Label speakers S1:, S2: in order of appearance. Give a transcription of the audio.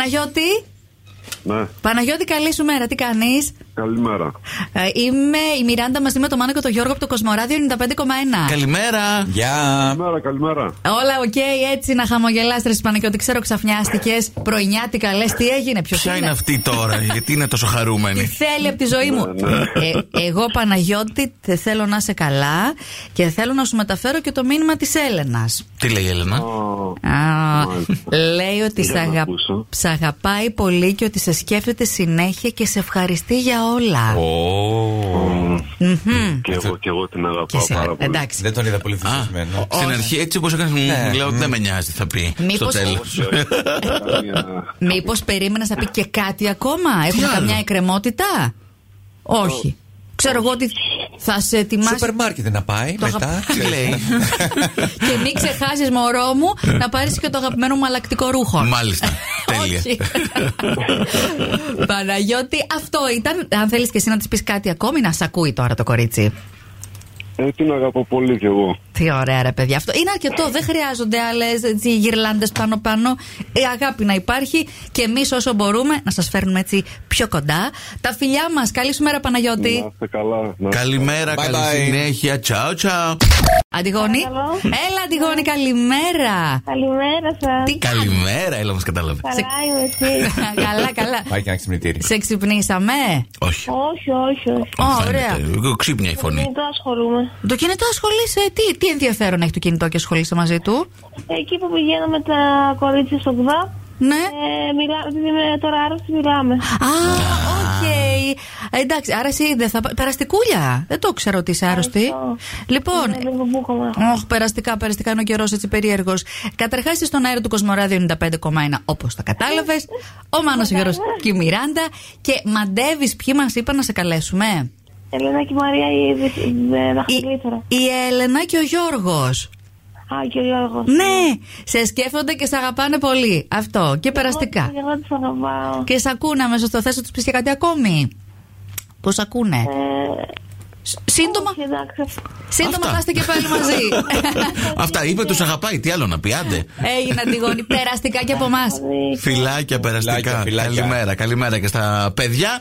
S1: Παναγιώτη.
S2: Ναι,
S1: Παναγιώτη, καλή σου μέρα. Τι κάνεις.
S2: καλημέρα.
S1: είμαι η Μιράντα μαζί με τον Μάνο και τον Γιώργο από το Κοσμοράδιο 95,1.
S3: Καλημέρα.
S4: Γεια.
S2: Καλημέρα, καλημέρα.
S1: Όλα οκ, έτσι να χαμογελάς ρε Παναγιώτη. Ξέρω ξαφνιάστηκες. Πρωινιάτικα λες, τι έγινε, ποιος
S3: Ποια είναι αυτή τώρα, γιατί είναι τόσο
S1: Τι
S3: χαρούμενη.
S1: θέλει από τη ζωή μου.
S2: Ναι, ναι.
S1: Ε, εγώ, Παναγιώτη, θε- θέλω να είσαι καλά και θέλω να σου μεταφέρω και το μήνυμα της Έλενας.
S3: Τι λέει η Έλενα.
S2: Α, Μάλιστα.
S1: Λέει ότι
S2: Για
S1: σ'
S2: να
S1: αγα-
S2: ακούσω.
S1: σ' αγαπάει πολύ και ότι σε σκέφτεται συνέχεια και σε ευχαριστεί για όλα.
S4: Ω.
S1: Μμμ.
S2: Και εγώ, και εγώ την
S1: Και
S2: αγαπάω
S1: σε-
S2: πάρα πολύ.
S1: Εντάξει.
S4: Δεν τον είδα πολύ
S3: Α,
S4: θυσιασμένο.
S3: στην αρχή έτσι όπως έκανες μου
S4: Ναι.
S3: λέω δεν με νοιάζει θα πει στο
S1: Μήπως-
S3: τέλος.
S2: Καμία-
S1: Μήπως περίμενες να πει και κάτι ακόμα, Έχουμε
S3: άλλο?
S1: καμιά εκκρεμότητα. Όχι. Ξέρω εγώ ότι θα σε ετοιμάσει.
S4: Σούπερ μάρκετ να πάει
S1: Το
S4: μετά.
S1: αγαπάω.
S3: Τι λέει.
S1: και μην ξεχάσεις, μωρό μου, να πάρεις και το αγαπημένο μου αλλακτικό ρούχο.
S3: Μάλιστα. Τέλεια.
S1: Όχι. Παναγιώτη, αυτό ήταν. Αν θέλεις και εσύ να της πεις κάτι ακόμη, να σ' ακούει τώρα το κορίτσι.
S2: Ε, την αγαπώ πολύ κι εγώ.
S1: Τι ωραία, ρε παιδιά. Αυτό είναι αρκετό. Δεν χρειάζονται άλλες γυρλάντε πάνω-πάνω. Η αγάπη να υπάρχει και εμείς όσο μπορούμε να σας φέρνουμε έτσι πιο κοντά. Τα φιλιά μας. Καλή σου μέρα,
S2: Να
S1: Παναγιώτη.
S2: είστε καλά. Να...
S3: Καλημέρα,
S4: Bye
S3: καλή
S4: bye.
S3: συνέχεια. Τσαου, τσαου.
S1: Αντιγόνη.
S5: Παρακαλώ.
S1: Έλα, Αντιγόνη, καλημέρα.
S5: Καλημέρα σας.
S1: Τι κάνεις?
S3: Καλημέρα, έλα μας κατάλαβε.
S5: Καλά είμαι εσύ.
S1: καλά, καλά.
S4: Πάει και ένα ξυπνητήρι.
S1: Σε ξυπνήσαμε.
S3: Όχι.
S5: όχι, όχι, όχι.
S1: Ω,
S3: Φαίνεται.
S1: ωραία.
S3: Εγώ Ξύπνια η φωνή.
S5: Δεν το ασχολούμαι.
S1: Το κινητό ασχολείσαι. Τι, τι ενδιαφέρον έχει το κινητό και ασχολείσαι μαζί του.
S5: Εκεί που πηγαίνω με τα κορίτσια στο ΚΔΑ,
S1: Ναι.
S5: ε, μιλά, επειδή είμαι τώρα άρρωστη, μιλάμε.
S1: Α, οκ. Εντάξει, άρα εσύ δεν θα. πα- Περαστικούλια. Δεν το ξέρω ότι είσαι άρρωστη.
S5: Ευχαριστώ. Ναι,
S1: Λοιπόν.
S5: Είναι λίγο μπούκομα.
S1: Ωχ, περαστικά, περαστικά είναι ο καιρός έτσι περίεργος. Καταρχάς, είσαι στον αέρα του Κοσμοράδιο 95,1 όπως τα κατάλαβες. Ο Μάνος Γιώργο και η Μιράντα. Και μαντεύεις ποιοι μας είπαν να σε καλέσουμε.
S5: Ελένα και η Μαρία η δι- ε, δαχτυλίθωρα.
S1: η Έλενα και ο Γιώργος.
S5: Α, και ο Γιώργος.
S1: Ναι, σε σκέφτονται και σε αγαπάνε πολύ. Αυτό. Και περαστικά.
S5: Εγώ- Εγώ τις αγαπάω.
S1: Και σε ακούνε αμέσως στο θέση τους πεις και κάτι ακόμη. Πώς ακούνε.
S5: Ε,
S1: Σ- Σύντομα,
S5: όχι, εντάξει.
S1: σύντομα
S3: Αυτά.
S1: θα είστε και πάλι μαζί.
S3: Αυτά είπε, τους αγαπάει. Τι άλλο να πει, άντε.
S1: Έγινε Αντιγόνη. Περαστικά και από εμάς.
S5: Δηλαδή,
S3: Φιλάκια περαστικά.
S4: Φιλάκια, φιλάκια.
S3: Καλημέρα, καλημέρα και στα παιδιά.